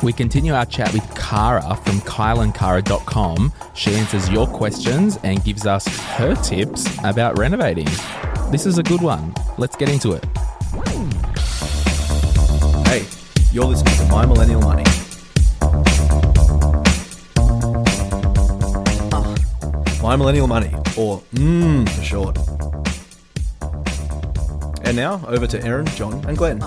We continue our chat with Kara from kyleandkara.com. She answers your questions and gives us her tips about renovating. This is a good one. Let's get into it. Hey, you're listening to My Millennial Money. My Millennial Money, or Mmm for short. And now over to Aaron, John, and Glenn.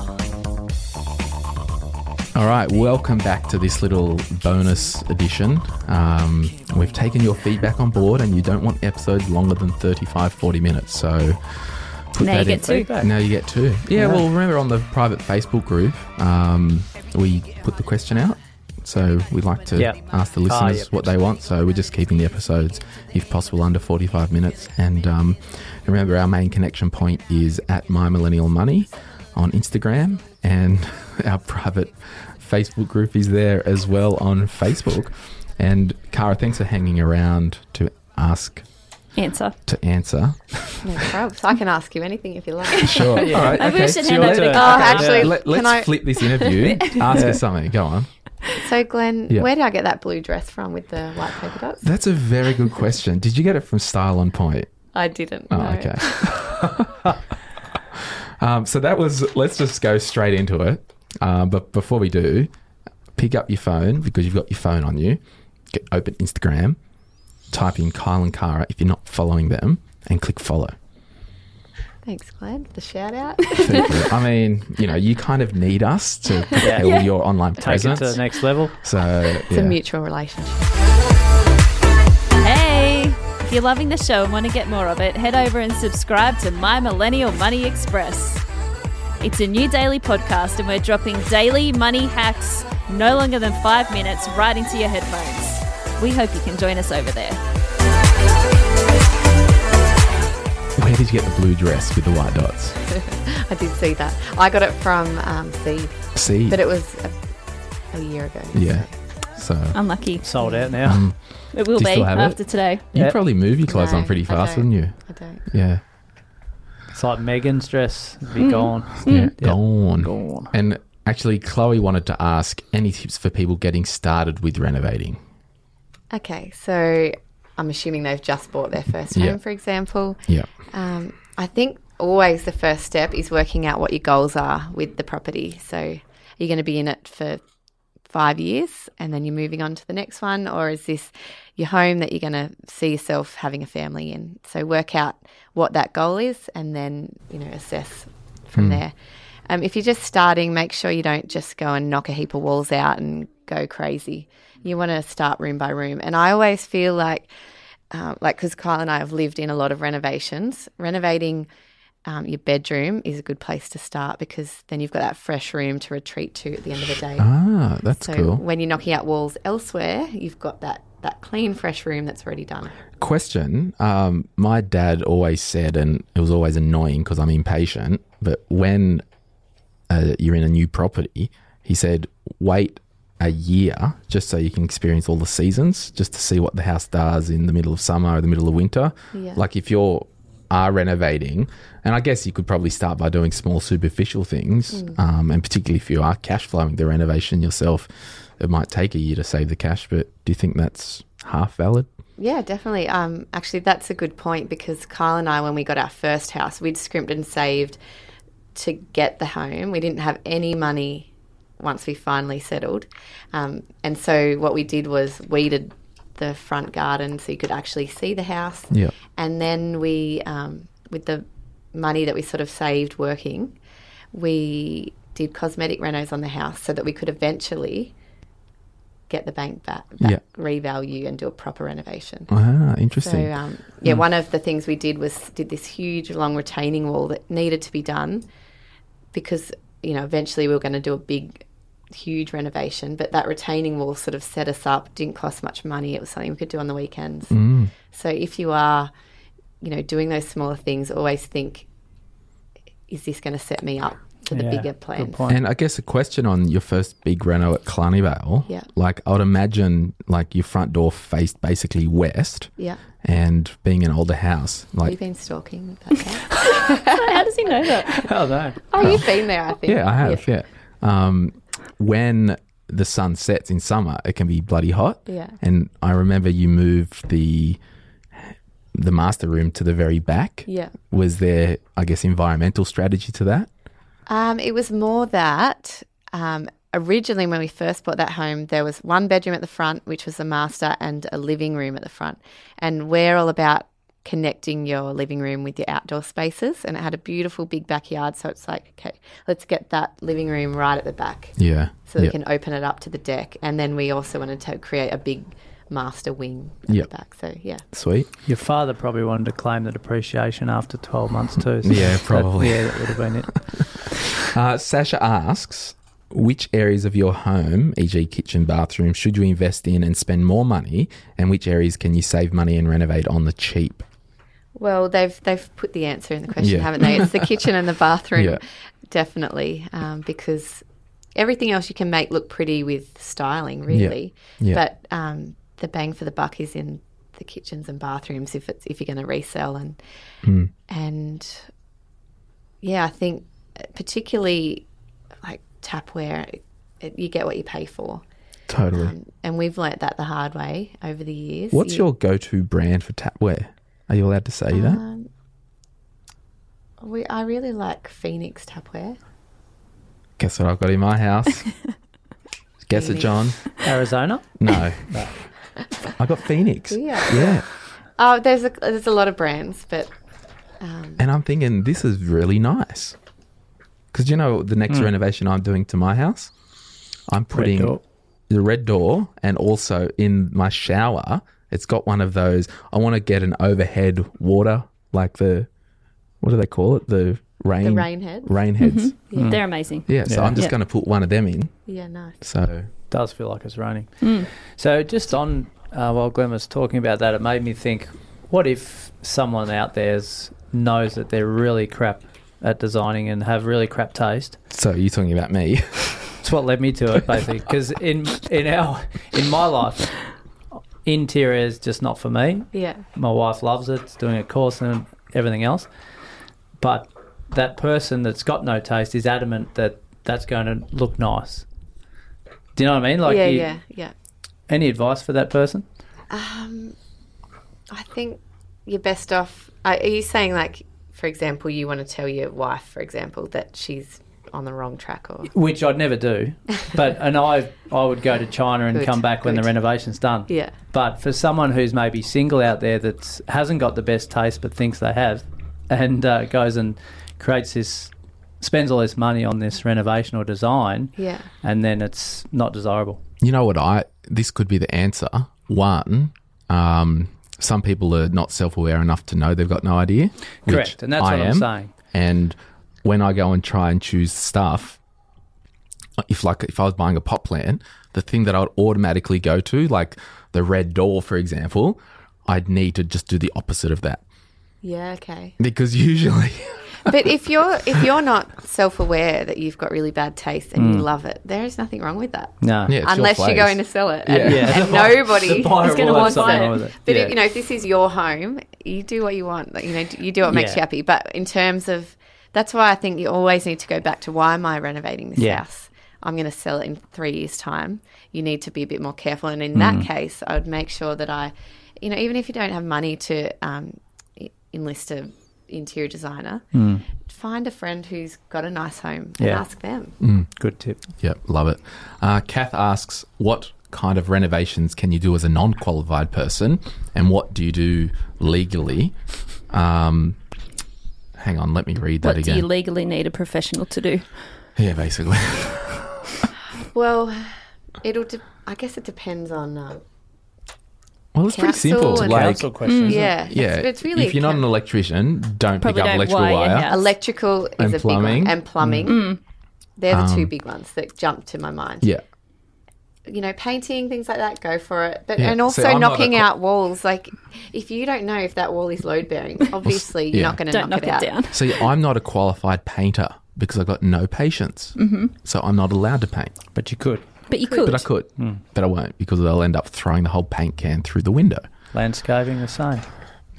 All right, welcome back to this little bonus edition. Um, we've taken your feedback on board, and you don't want episodes longer than 35, 40 minutes. So put Now you that get in. two. Now you get two. Yeah, well, remember on the private Facebook group, um, we put the question out. So we like to Yep. ask the Ah, listeners yep. what they want. So we're just keeping the episodes, if possible, under 45 minutes. And um, remember, our main connection point is at My Millennial Money on Instagram, and our private Facebook group is there as well on Facebook. And Kara, thanks for hanging around to ask Answer. to answer. No probs. I can ask you anything if you like. Sure. All right. Maybe we should so hand over to let's- Kara. Oh, actually, Let, can let's I? flip this interview. Ask us something. Go on. So, Glenn, Yeah. where did I get that blue dress from with the white polka dots? That's a very good question. Did you get it from Style on Point? I didn't. Oh, know. okay. Oh, um, so that was. Let's just go straight into it. Um, but before we do, pick up your phone because you've got your phone on you. Get, open Instagram, type in Kyle and Kara if you're not following them, and click follow. Thanks, Glenn, for the shout out. I mean, you know, you kind of need us to propel your online Take it presence. to the next level. So It's yeah. a mutual relationship. Hey! If you're loving the show and want to get more of it, head over and subscribe to My Millennial Money Express. It's a new daily podcast, and we're dropping daily money hacks no longer than five minutes right into your headphones. We hope you can join us over there. Where did you get the blue dress with the white dots? I did see that. I got it from um, Seed, See, but it was a, a year ago. yeah. So Unlucky. Sold out now. Mm. It will Do you be still have it? after today. you Yeah. probably move your clothes No, on pretty I fast, don't. wouldn't you? I don't. Yeah. It's like Megan's dress. Be Mm. gone. yeah. Gone. Gone. And actually, Chloe wanted to ask any tips for people getting started with renovating. Okay, so I'm assuming they've just bought their first home, Yeah. for example. Yeah. Um, I think always the first step is working out what your goals are with the property. So are you going to be in it for five years and then you're moving on to the next one? Or is this your home that you're going to see yourself having a family in? So work out what that goal is and then, you know, assess from there. Um, if you're just starting, make sure you don't just go and knock a heap of walls out and go crazy. You want to start room by room. And I always feel like um, like because Kyle and I have lived in a lot of renovations, renovating um, your bedroom is a good place to start because then you've got that fresh room to retreat to at the end of the day. Ah, that's so cool. when you're knocking out walls elsewhere, you've got that that clean, fresh room that's already done. Question. Um, my dad always said, and it was always annoying because I'm impatient, but when uh, you're in a new property, he said, wait a year just so you can experience all the seasons, just to see what the house does in the middle of summer or the middle of winter. Yeah. Like if you're are renovating, and I guess you could probably start by doing small superficial things, um, and particularly if you are cash flowing the renovation yourself, it might take a year to save the cash. But do you think that's half valid? Yeah, definitely. Um, actually, that's a good point because Kyle and I, when we got our first house, we'd scrimped and saved to get the home. We didn't have any money once we finally settled. Um, and so, what we did was weeded the front garden so you could actually see the house. Yeah. And then we, um, with the money that we sort of saved working, we did cosmetic renos on the house so that we could eventually get the bank back, back Yeah. revalue, and do a proper renovation. Ah, So interesting. um, Hmm. yeah, one of the things we did was did this huge long retaining wall that needed to be done because you know eventually we were going to do a big, huge renovation. But that retaining wall sort of set us up. Didn't cost much money. It was something we could do on the weekends. Mm. So if you are, you know, doing those smaller things, always think, is this going to set me up for the Yeah, bigger good plans? point. and I guess a question on your first big reno at Clarnivale. Yeah. Like I would imagine, like your front door faced basically west, Yeah, and being an older house, like we've been stalking. That house. How does he know that? Hell no. oh, you've been there, I think. Yeah, I have. Yeah. Um, when the sun sets in summer, it can be bloody hot. Yeah. And I remember you moved the the master room to the very back. Yeah. Was there, I guess, environmental strategy to that? Um, it was more that um, originally when we first bought that home, there was one bedroom at the front, which was the master, and a living room at the front. And we're all about connecting your living room with your outdoor spaces. And it had a beautiful big backyard. So it's like, okay, let's get that living room right at the back Yeah. so we yeah. can open it up to the deck. And then we also wanted to create a big master wing at Yep. the back. So, yeah. Sweet. Your father probably wanted to claim the depreciation after 12 months too. so Yeah, that- probably. yeah, that would have been it. Uh, Sasha asks, which areas of your home, e.g., kitchen, bathroom, should you invest in and spend more money, and which areas can you save money and renovate on the cheap? Well, they've they've put the answer in the question, Yeah. haven't they? It's the kitchen and the bathroom, Yeah. definitely, um, because everything else you can make look pretty with styling, really. Yeah. But um, the bang for the buck is in the kitchens and bathrooms if it's if you're going to resell and Hmm. and yeah, I think particularly like tapware, it, it, you get what you pay for, Totally. and we've learnt that the hard way over the years. What's You- your go-to brand for tapware? Are you allowed to say that? Um, we, I really like Phoenix Tapware. Guess what I've got in my house? Guess it, Phoenix. John. Arizona? No. I got Phoenix. Yeah. Yeah. Oh, there's a there's a lot of brands, but And I'm thinking, this is really nice. Because you know, the next renovation I'm doing to my house, I'm putting door. the red door and also in my shower, it's got one of those. I want to get an overhead water, like the, what do they call it? The rain. rain heads. Rain heads. They're amazing. Yeah, so I'm just Yeah. going to put one of them in. yeah, nice. So does feel like it's raining. Mm. So just on uh, while Glenn was talking about that, it made me think: what if someone out there knows that they're really crap at designing and have really crap taste? So you're talking about me? It's what led me to it, basically. Because in in our in my life, interior is just not for me. Yeah, My wife loves it; it's doing a course and everything else. But that person that's got no taste is adamant that that's going to look nice. Do you know what I mean? Like, yeah, you- yeah, yeah. any advice for that person? I think you're best off. Are are you saying like, for example, you want to tell your wife, for example, that she's on the wrong track, or which I'd never do. But and I I would go to China and Good, come back when the good. renovation's done. Yeah. But for someone who's maybe single out there that hasn't got the best taste but thinks they have, and uh, goes and creates this, spends all this money on this renovation or design, Yeah. and then it's not desirable. you know what? I this could be the answer. One, um, some people are not self-aware enough to know they've got no idea. which Correct, and that's what I'm saying. And when I go and try and choose stuff, if like if I was buying a pot plant, the thing that I would automatically go to, like the red door, for example, I'd need to just do the opposite of that yeah, okay. because usually, But if you're if you're not self aware that you've got really bad taste and you love it, there is nothing wrong with that. Mm. No. yeah, it's your unless you're place. going to sell it, and, Yeah. Yeah. and nobody The buyer is going to will have want something wrong it. with it. But Yeah. you know, if this is your home, you do what you want. Like, You know, you do what makes Yeah. you happy. But in terms of, that's why I think you always need to go back to why am I renovating this Yeah. house? I'm going to sell it in three years' time. You need to be a bit more careful. And in Mm. that case, I would make sure that I, you know, even if you don't have money to um, e- enlist a interior designer, find a friend who's got a nice home and Mm. Yeah. ask them. Good tip. Yep, love it. Uh, Kath asks, what kind of renovations can you do as a non qualified person and what do you do legally? Um, hang on, let me read that What do again. you legally need a professional to do? yeah, basically. Well, It'll. De- I guess it depends on. Uh, Well, it's pretty Council simple. and- Like, Council question. isn't it? yeah, yeah, It's, it's really if you're not an electrician, don't Probably pick up don't electrical wire, wire. yeah. electrical is And a big plumbing. Mm. Um, one, and plumbing. Mm. They're the two big ones that jump to my mind. yeah. You know, painting things like that, go for it. But Yeah. and See, also I'm not a knocking co- out walls. Like if you don't know if that wall is load bearing, obviously you're yeah. not going to Don't knock, out. it down. See, I'm not a qualified painter because I've got no patience. Mm-hmm. So I'm not allowed to paint. But you could. But you could. But I could. But I won't because I'll end up throwing the whole paint can through the window. Landscaping the same.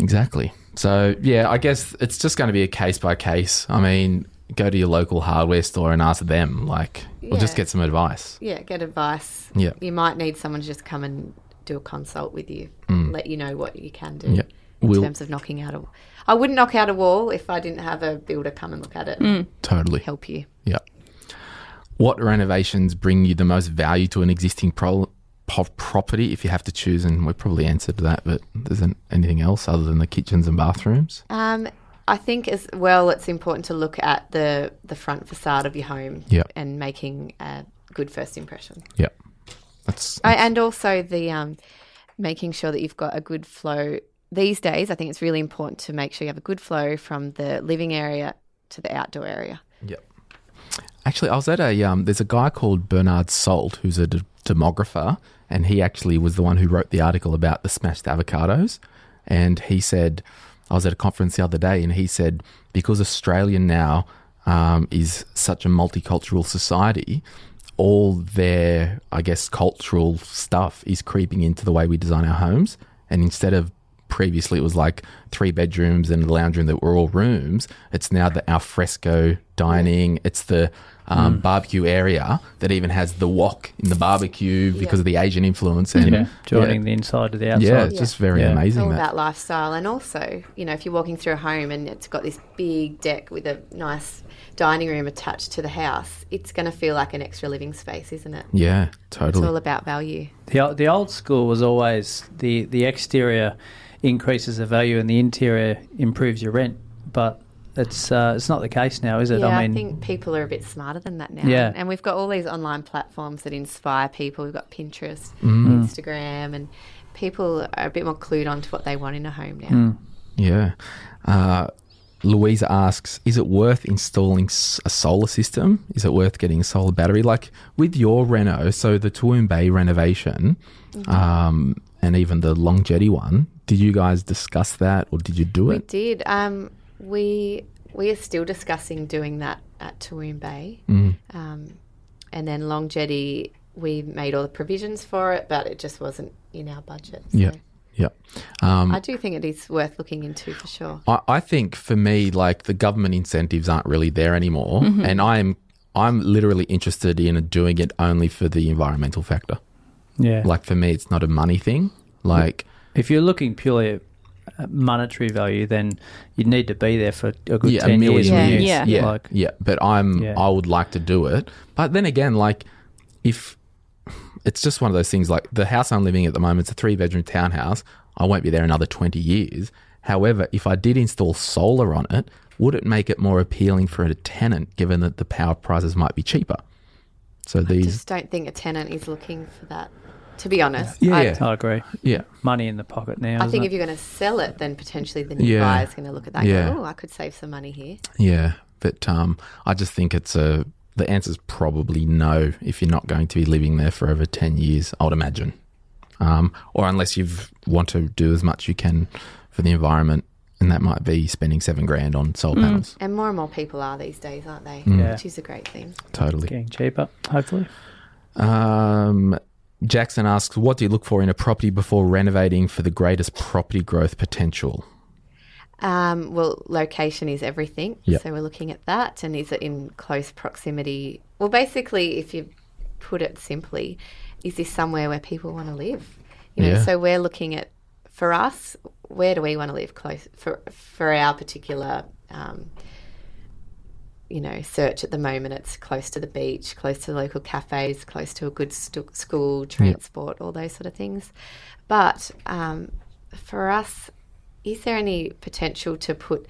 Exactly. So, yeah, I guess it's just going to be a case by case. I mean, go to your local hardware store and ask them, like, or just Yeah. get some advice. Yeah, get advice. Yeah. you might need someone to just come and do a consult with you, let you know what you can do Mm. Yeah. in We'll- terms of knocking out a. I wouldn't knock out a wall if I didn't have a builder come and look at it, and Totally. help you. Yeah. What renovations bring you the most value to an existing pro- po- property if you have to choose? And we probably answered that, but there's an- anything else other than the kitchens and bathrooms? Um, I think as well, it's important to look at the the front facade of your home Yeah. and making a good first impression, Yeah. That's I, and also the um, making sure that you've got a good flow. These days, I think it's really important to make sure you have a good flow from the living area to the outdoor area. Yep. Actually, I was at a um, there's a guy called Bernard Salt who's a de- demographer, and he actually was the one who wrote the article about the smashed avocados. And he said, I was at a conference the other day, and he said because Australia now um, is such a multicultural society, all their I guess cultural stuff is creeping into the way we design our homes, and instead of previously it was like three bedrooms and a lounge room that were all rooms. It's now the alfresco dining. It's the um, Mm. barbecue area that even has the wok in the barbecue because of the Asian influence. And Yeah. Joining the inside to the outside. yeah, it's just very Yeah. It's all amazing. That. about lifestyle, and also, you know, if you're walking through a home and it's got this big deck with a nice dining room attached to the house, it's going to feel like an extra living space, isn't it? Yeah, It's totally. all about value. The, o- the old school was always the, the exterior increases the value and the interior improves your rent, but it's uh, it's not the case now, is it? Yeah, I I, mean, think people are a bit smarter than that now. Yeah. And we've got all these online platforms that inspire people. We've got Pinterest, Mm. Instagram, and people are a bit more clued on to what they want in a home now. Mm. Yeah. Uh, Louisa asks, is it worth installing s- a solar system? Is it worth getting a solar battery? Like with your reno, so the Toowoomba Bay renovation um, and even the Long Jetty one, did you guys discuss that or did you do We it? did. Um, we we are still discussing doing that at Toowoomba Bay, Mm-hmm. um, and then Long Jetty. We made all the provisions for it, but it just wasn't in our budget. So Yeah. um, Yeah. I do think it is worth looking into for sure. I, I think for me, like the government incentives aren't really there anymore. And I'm, I'm literally interested in doing it only for the environmental factor. yeah. Like for me, it's not a money thing. Like, if you're looking purely at monetary value, then you need to be there for a good yeah, a 10 years. million wouldn't years. you? Yeah. yeah, Like, yeah. But I'm, Yeah. I would like to do it. But then again, like if it's just one of those things, like the house I'm living in at the moment, it's a three bedroom townhouse. I won't be there another 20 years. However, if I did install solar on it, would it make it more appealing for a tenant given that the power prices might be cheaper? So I these, just don't think a tenant is looking for that. To be honest, Yeah, I, yeah. I agree. yeah, Money in the pocket now. I isn't think it? if you're going to sell it, then potentially the new Yeah. buyer is going to look at that. and Yeah. go, Oh, I could save some money here. yeah. But um, I just think it's a, the answer's probably no if you're not going to be living there for over 10 years, I would imagine. um, or unless you want to do as much you can for the environment, and that might be spending seven grand on solar Mm. panels. And more and more people are these days, aren't they? Mm. Which is a great thing. Totally. Getting cheaper, hopefully. Um, Jackson asks, "What do you look for in a property before renovating for the greatest property growth potential?" Um, well, location is everything. Yep. So we're looking at that. And is it in close proximity? Well, basically, if you put it simply, is this somewhere where people want to live? You know, Yeah. so we're looking at for us, where do we want to live close for for our particular um, you know search at the moment? It's close to the beach, close to local cafes, close to a good st- school, transport, all those sort of things. But um, for us, is there any potential to put,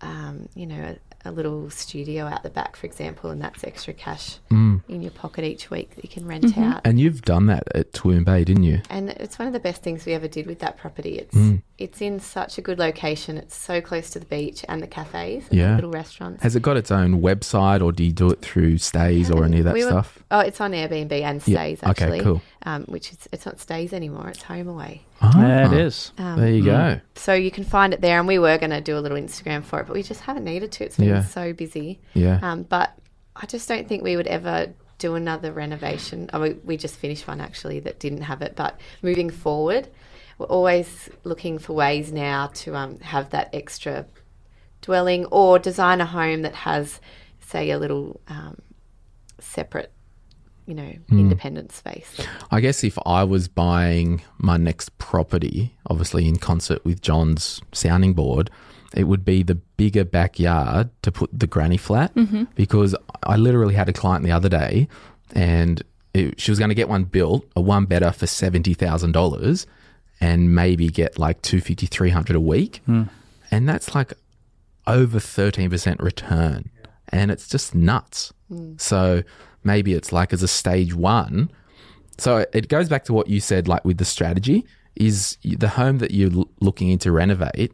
um, you know, a, a little studio out the back, for example, and that's extra cash? You in your pocket each week that you can rent out. Mm. And you've done that at Toowoomba Bay, didn't you? And it's one of the best things we ever did with that property. It's Mm. it's in such a good location. It's so close to the beach and the cafes, and the Yeah. little restaurants. Has it got its own website or do you do it through stays or any of that We were- stuff? Oh, it's on Airbnb and Yeah, stays okay, actually. cool. Um, which is it's not stays anymore. It's home away. Yeah, Ah, it is. Mm. Um, There you go. So you can find it there, and we were going to do a little Instagram for it, but we just haven't needed to. It's been Yeah. so busy. Yeah. Um, but I just don't think we would ever do another renovation. I mean, we just finished one actually that didn't have it. But moving forward, we're always looking for ways now to um, have that extra dwelling or design a home that has, say, a little um, separate, you know, Hmm. independent space. I guess if I was buying my next property, obviously in concert with John's sounding board, it would be the bigger backyard to put the granny flat because I literally had a client the other day and it, she was going to get one built, a one better for $70,000 and maybe get like 250 300 a week. And that's like over 13% return. And it's just nuts. So maybe it's like as a stage one, so it goes back to what you said, like with the strategy is you- the home that you're l- looking into renovate.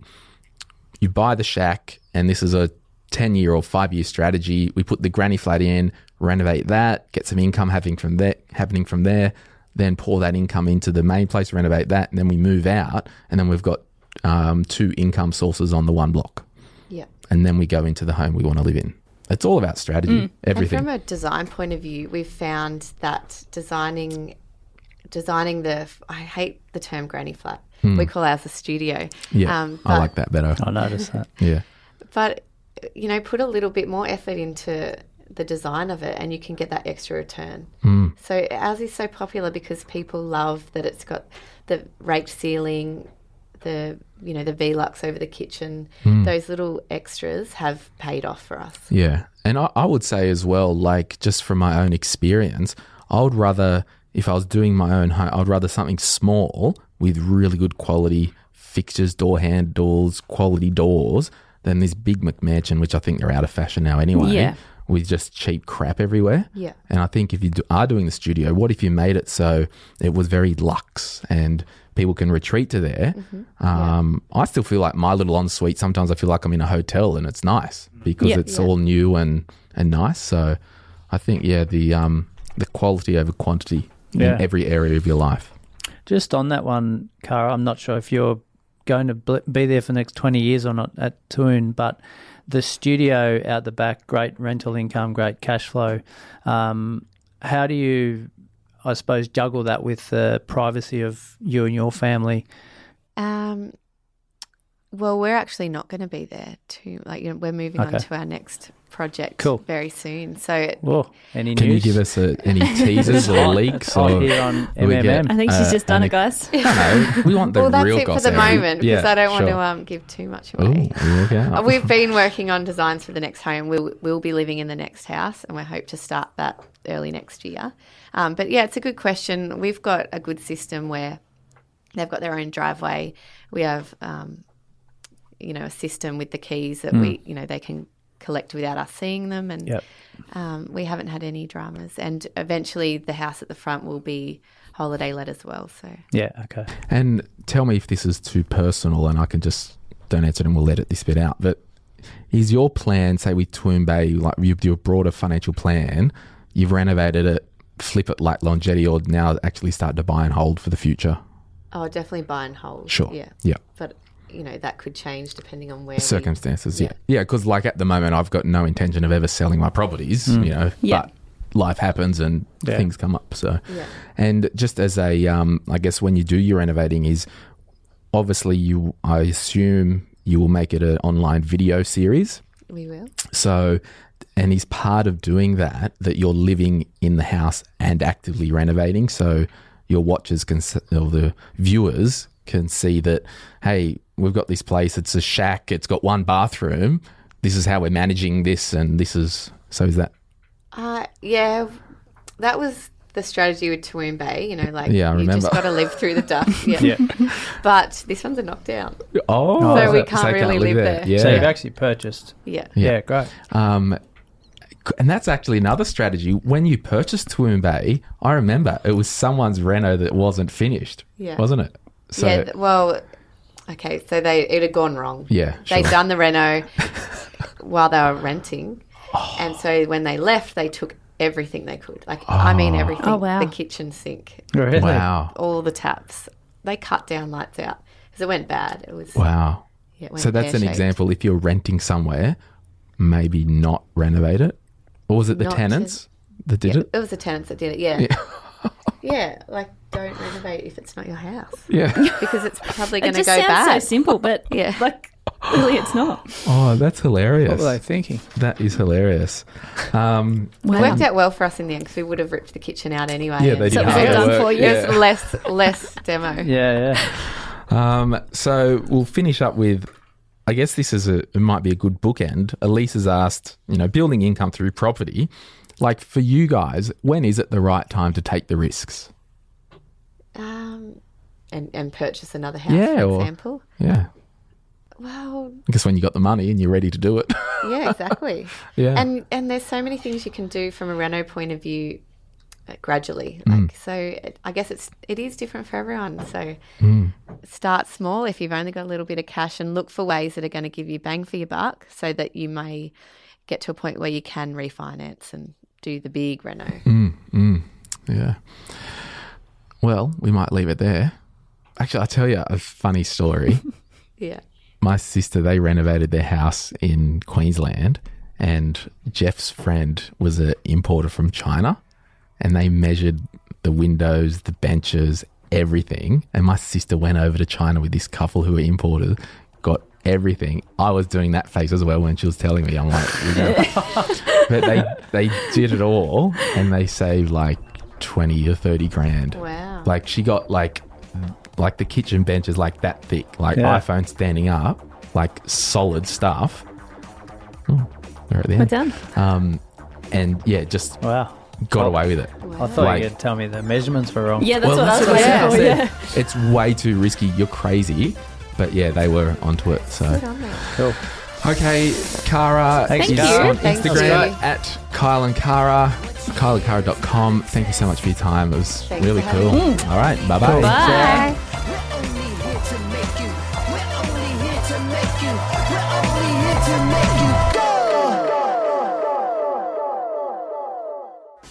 You buy the shack, and this is a ten year or five year strategy. We put the granny flat in, renovate that, get some income having from there, happening from there, then pour that income into the main place, renovate that, and then we move out, and then we've got um, two income sources on the one block, Yeah. and then we go into the home we want to live in. It's all about strategy, everything. Mm, And from a design point of view, we've found that designing designing the I hate the term granny flap. We call ours a studio. Hmm. yeah, Um, I but- like that better. I noticed that. Yeah, But you know, put a little bit more effort into the design of it, and you can get that extra return. Hmm. So ours is so popular because people love that it's got the raked ceiling, the you know the Velux over the kitchen. Hmm. Those little extras have paid off for us. Yeah. And I, I would say as well, like just from my own experience, I would rather, if I was doing my own home, I'd rather something small with really good quality fixtures, door handles, quality doors than this big McMansion, which I think they're out of fashion now anyway. Yeah. With just cheap crap everywhere. Yeah. And I think if you do, are doing the studio, what if you made it so it was very luxe and people can retreat to there? Mm-hmm. Um, I still feel like my little ensuite. Sometimes I feel like I'm in a hotel and it's nice because Yeah. it's all new and and nice. So I think yeah, the um the quality over quantity Yeah. in every area of your life. Just on that one, Cara, I'm not sure if you're going to bl- be there for the next 20 years or not at Toon, but the studio out the back, great rental income, great cash flow. Um, how do you, I suppose, juggle that with the privacy of you and your family? Um, well, we're actually not going to be there too. Like, you know, we're moving on Okay. to our next project Cool. very soon. So, it, Whoa, any Oh, Can news? you give us uh any teasers Oh, or leaks? It's on Or, here on do we get- MMM. I think she's Uh, just done and it, it- guys. no, we want the well, that's real it for gossip. the moment Yeah, because I don't want to sure. Oh, um, give too much away. Ooh, look out. Uh, We've been working on designs for the next home. We'll, we'll be living in the next house and we hope to start that early next year. Um, but yeah, it's a good question. We've got a good system where they've got their own driveway. We have, um, you know, a system with the keys that Hmm. we, you know, they can collect without us seeing them. And Yep. um, we haven't had any dramas. And eventually the house at the front will be holiday let as well. So Yeah, okay. And tell me if this is too personal, and I can just don't answer it, and we'll edit this bit out. But is your plan, say with Twoomba, Bay, like you do a broader financial plan, you've renovated it, flip it like longevity, or now actually start to buy and hold for the future? I'll Oh, definitely buy and hold. Sure. Yeah. Yeah. But, you know, that could change depending on where we Circumstances. Yeah. Yeah. Because like at the moment, I've got no intention of ever selling my properties. You know. Yeah. But life happens and Yeah. things come up. So. Yeah. And just as a, um, I guess when you do your renovating, is obviously you. I assume you will make it an online video series. we will. So, and is part of doing that that you're living in the house and actively renovating. So your watchers can, s- or the viewers can see that, hey, we've got this place. It's a shack. It's got one bathroom. This is how we're managing this, and this is so. Is that Uh, yeah, that was the strategy with Toowoomba Bay. You know, like Yeah, I you remember. just got to live through the dust. Yeah. But this one's a knockdown. oh, So is we it? can't really live there. Yeah. So you've actually purchased. Yeah. Yeah, great. Um, And that's actually another strategy. When you purchased Twin Bay, I remember it was someone's Reno that wasn't finished, Yeah. wasn't it? So yeah, th- well, okay, so they it had gone wrong. Yeah, they'd sure. done the reno while they were renting, Oh. and so when they left, they took everything they could. Like I mean, everything. Oh, wow. The kitchen sink, Really? wow, all the taps. They cut down lights out because it went bad. It was wow. yeah, it went So that's an pear-shaped. example. If you're renting somewhere, maybe not renovate it, or was it the Not to- tenants that did It it? was the tenants that did it. Yeah. Yeah. like don't renovate if it's not your house Yeah. because it's probably It going to just go sounds bad. so simple, but Yeah. like really, it's not. oh, that's hilarious. What were they thinking? That is hilarious. Um, It worked out well for us in the end because we would have ripped the kitchen out anyway. Yeah, and they did so it was all hard done work, for you. yeah. It was less less demo. Yeah, yeah. um, so we'll finish up with. I guess this is a it might be a good bookend. Elise has asked, you know, building income through property. Like for you guys, when is it the right time to take the risks? Um, and and purchase another house, Yeah, for or- example. Yeah, Well, I guess when you got the money and you're ready to do it. yeah, exactly. yeah, And and there's so many things you can do from a reno point of view, uh, gradually. Like Mm. so, it, I guess it's it is different for everyone. So Mm. start small if you've only got a little bit of cash, and look for ways that are going to give you bang for your buck, so that you may get to a point where you can refinance and do the big reno. Mm. Yeah. Well, we might leave it there. Actually, I'll tell you a funny story. Yeah. My sister, they renovated their house in Queensland, and Jeff's friend was an importer from China, and they measured the windows, the benches, everything. And my sister went over to China with this couple who were importers, got everything. I was doing that face as well when she was telling me. I'm like, you know, but they they did it all and they saved like 20 or 30 grand Wow. like she got like like the kitchen bench is like that thick like Yeah. iphone standing up like solid stuff oh, we're at the We're end. done. um and yeah just Wow. got away with it I thought Like- you could tell me the measurements were wrong. Yeah, that's Well, what that's I was what I going for. said. Yeah. it's way too risky you're crazy but yeah they were onto it so Good on them. Cool. Okay, Kara Thanks, is Kara. on Thank Instagram you. at Kyle and Kara, kyleandkara.com. Thank you so much for your time. It was Thanks really for cool. All right, bye-bye. Bye. We're only here to make you. We're only here to make you. We're only here to make you